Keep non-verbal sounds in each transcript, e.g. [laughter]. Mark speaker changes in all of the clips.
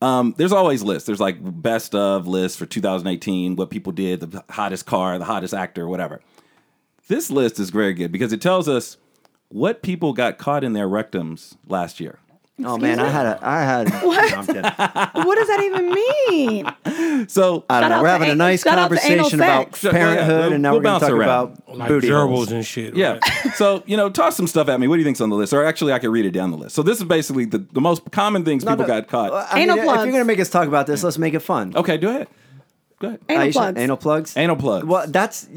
Speaker 1: Um, there's always lists. There's like best of lists for 2018, what people did, the hottest car, the hottest actor, whatever. This list is very good because it tells us what people got caught in their rectums last year.
Speaker 2: Oh man, I had a, I had.
Speaker 3: [laughs] What?
Speaker 2: No, I'm kidding.
Speaker 3: What does that even mean?
Speaker 1: So
Speaker 2: I don't
Speaker 3: Shout out
Speaker 2: know. We're
Speaker 3: to
Speaker 2: having a
Speaker 3: an-
Speaker 2: nice
Speaker 3: shout out to anal
Speaker 2: conversation about
Speaker 3: sex.
Speaker 1: Yeah, yeah, yeah.
Speaker 2: parenthood,
Speaker 1: We'll-
Speaker 2: and now
Speaker 1: we'll
Speaker 2: we're going
Speaker 1: bounce
Speaker 2: to talk
Speaker 1: around.
Speaker 2: about
Speaker 4: Like
Speaker 2: booty
Speaker 4: gerbils
Speaker 2: holes.
Speaker 4: and shit.
Speaker 1: Yeah.
Speaker 4: right?
Speaker 1: so, you know, toss some stuff at me. What do you think's on the list? Or actually, I could read it down the list. So, this is basically the, the most common things people
Speaker 2: no.
Speaker 1: got caught.
Speaker 2: I mean, if
Speaker 3: Anal
Speaker 2: you're
Speaker 3: plugs.
Speaker 2: going to make us talk about this, let's make it fun.
Speaker 1: okay, do ahead. Go ahead.
Speaker 3: Anal
Speaker 2: [laughs] Aisha,
Speaker 3: plugs.
Speaker 2: Anal plugs.
Speaker 1: Anal Um, plugs.
Speaker 2: Well, that's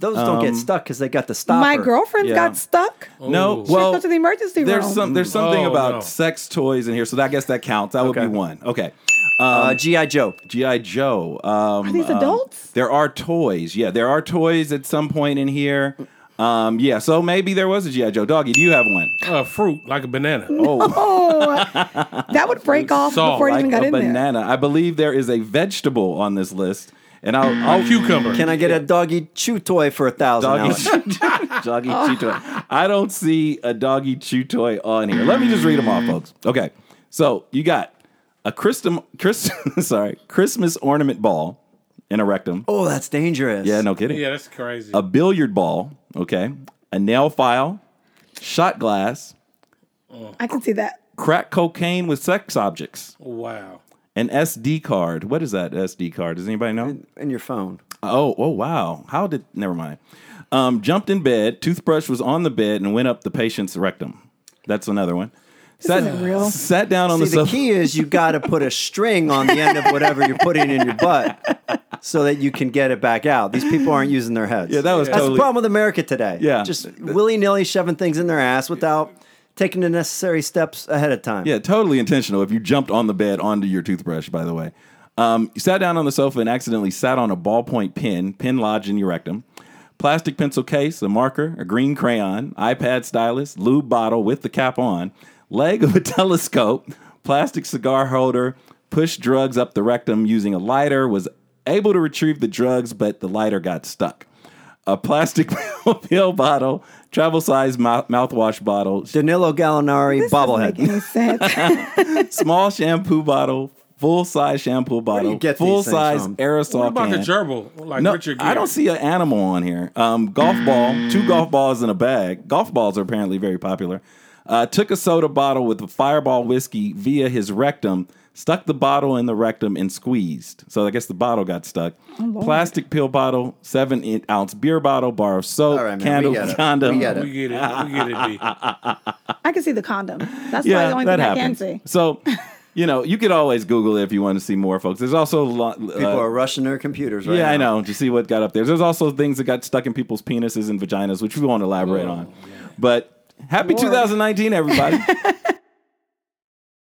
Speaker 2: those don't get stuck because they got the stopper.
Speaker 3: My girlfriend
Speaker 1: Yeah.
Speaker 3: got stuck.
Speaker 1: No,
Speaker 4: She
Speaker 1: well,
Speaker 3: go to the emergency
Speaker 1: there's
Speaker 3: room.
Speaker 1: some there's something
Speaker 4: Oh,
Speaker 1: about
Speaker 4: no.
Speaker 1: sex toys in here, so that, I guess that counts. That would
Speaker 2: Okay.
Speaker 1: be one. Okay,
Speaker 2: uh, GI Joe.
Speaker 1: GI Joe. Um,
Speaker 3: Are these
Speaker 1: um,
Speaker 3: adults?
Speaker 1: there are toys. Yeah, there are toys at some point in here. Um, yeah, so maybe there was a GI Joe. Doggy, do you have one?
Speaker 4: Uh, fruit like a banana.
Speaker 3: Oh, that would break off
Speaker 4: Saw,
Speaker 3: before it even
Speaker 1: Like
Speaker 3: got
Speaker 1: a
Speaker 3: in there.
Speaker 1: banana. I believe there is a vegetable on this list, and I'll, I'll
Speaker 4: Cucumber.
Speaker 2: Can I get a doggy chew toy for a thousand?
Speaker 1: doggy
Speaker 2: dollars?
Speaker 1: chew, [laughs] doggy chew toy. I don't see a doggy chew toy on here. Let me just read them off, folks. Okay, so you got a Christum, Chris, [laughs] sorry, Christmas ornament ball in a rectum.
Speaker 2: Oh, that's dangerous.
Speaker 1: Yeah, no kidding.
Speaker 4: Yeah, that's crazy.
Speaker 1: A billiard ball. Okay, a nail file, shot glass,
Speaker 3: I can see that.
Speaker 1: crack cocaine with sex objects,
Speaker 4: wow.
Speaker 1: an SD card. What is that SD card? Does anybody know?
Speaker 2: In your phone.
Speaker 1: Oh, oh wow. How did never mind. Um, jumped in bed, toothbrush was on the bed and went up the patient's rectum. That's another one. sat,
Speaker 3: isn't real.
Speaker 1: sat down on
Speaker 2: See,
Speaker 1: the
Speaker 2: the
Speaker 1: sofa.
Speaker 2: key is you got to put a string on the end of whatever you're putting in your butt, so that you can get it back out. These people aren't using their heads.
Speaker 1: Yeah, that was
Speaker 2: that's
Speaker 1: totally-
Speaker 2: the problem with America today.
Speaker 1: Yeah.
Speaker 2: just willy nilly shoving things in their ass without taking the necessary steps ahead of time.
Speaker 1: Yeah, totally intentional. If you jumped on the bed onto your toothbrush, by the way. Um, you sat down on the sofa and accidentally sat on a ballpoint pen, pen lodged in your rectum, plastic pencil case, a marker, a green crayon, iPad stylus, lube bottle with the cap on, leg of a [laughs] telescope, plastic cigar holder, pushed drugs up the rectum using a lighter, was able to retrieve the drugs, but the lighter got stuck. A plastic [laughs] pill bottle, travel size mou- mouthwash bottle,
Speaker 2: Danilo Gallinari bobblehead.
Speaker 3: Doesn't make
Speaker 1: [laughs]
Speaker 3: any sense.
Speaker 1: small shampoo bottle, full size shampoo bottle,
Speaker 2: get these
Speaker 1: full
Speaker 2: things
Speaker 1: size
Speaker 2: from?
Speaker 1: aerosol
Speaker 4: What about
Speaker 1: can.
Speaker 4: the gerbil? Like
Speaker 1: no,
Speaker 4: Richard Gere.
Speaker 1: I don't see an animal on here. Um, golf ball, two golf balls in a bag. Golf balls are apparently very popular. Uh, took a soda bottle with a fireball whiskey via his rectum, stuck the bottle in the rectum and squeezed. So I guess the bottle got stuck. Plastic pill bottle, seven in- ounce beer bottle, bar of soap,
Speaker 2: All right, man, we
Speaker 1: candle,
Speaker 2: get it.
Speaker 1: condom.
Speaker 2: We get it.
Speaker 4: We get it. We
Speaker 1: [laughs]
Speaker 4: get it. B.
Speaker 3: I can see the condom. That's probably
Speaker 1: yeah,
Speaker 3: the only
Speaker 1: that
Speaker 3: thing
Speaker 1: happens.
Speaker 3: I can see.
Speaker 1: So, you know, you could always Google it if you want to see more, folks. There's also a lot. uh,
Speaker 2: People are rushing their computers right
Speaker 1: yeah, I
Speaker 2: now.
Speaker 1: know to see what got up there. There's also things that got stuck in people's
Speaker 2: [laughs]
Speaker 1: penises and vaginas, which we won't elaborate on. But happy 2019, everybody.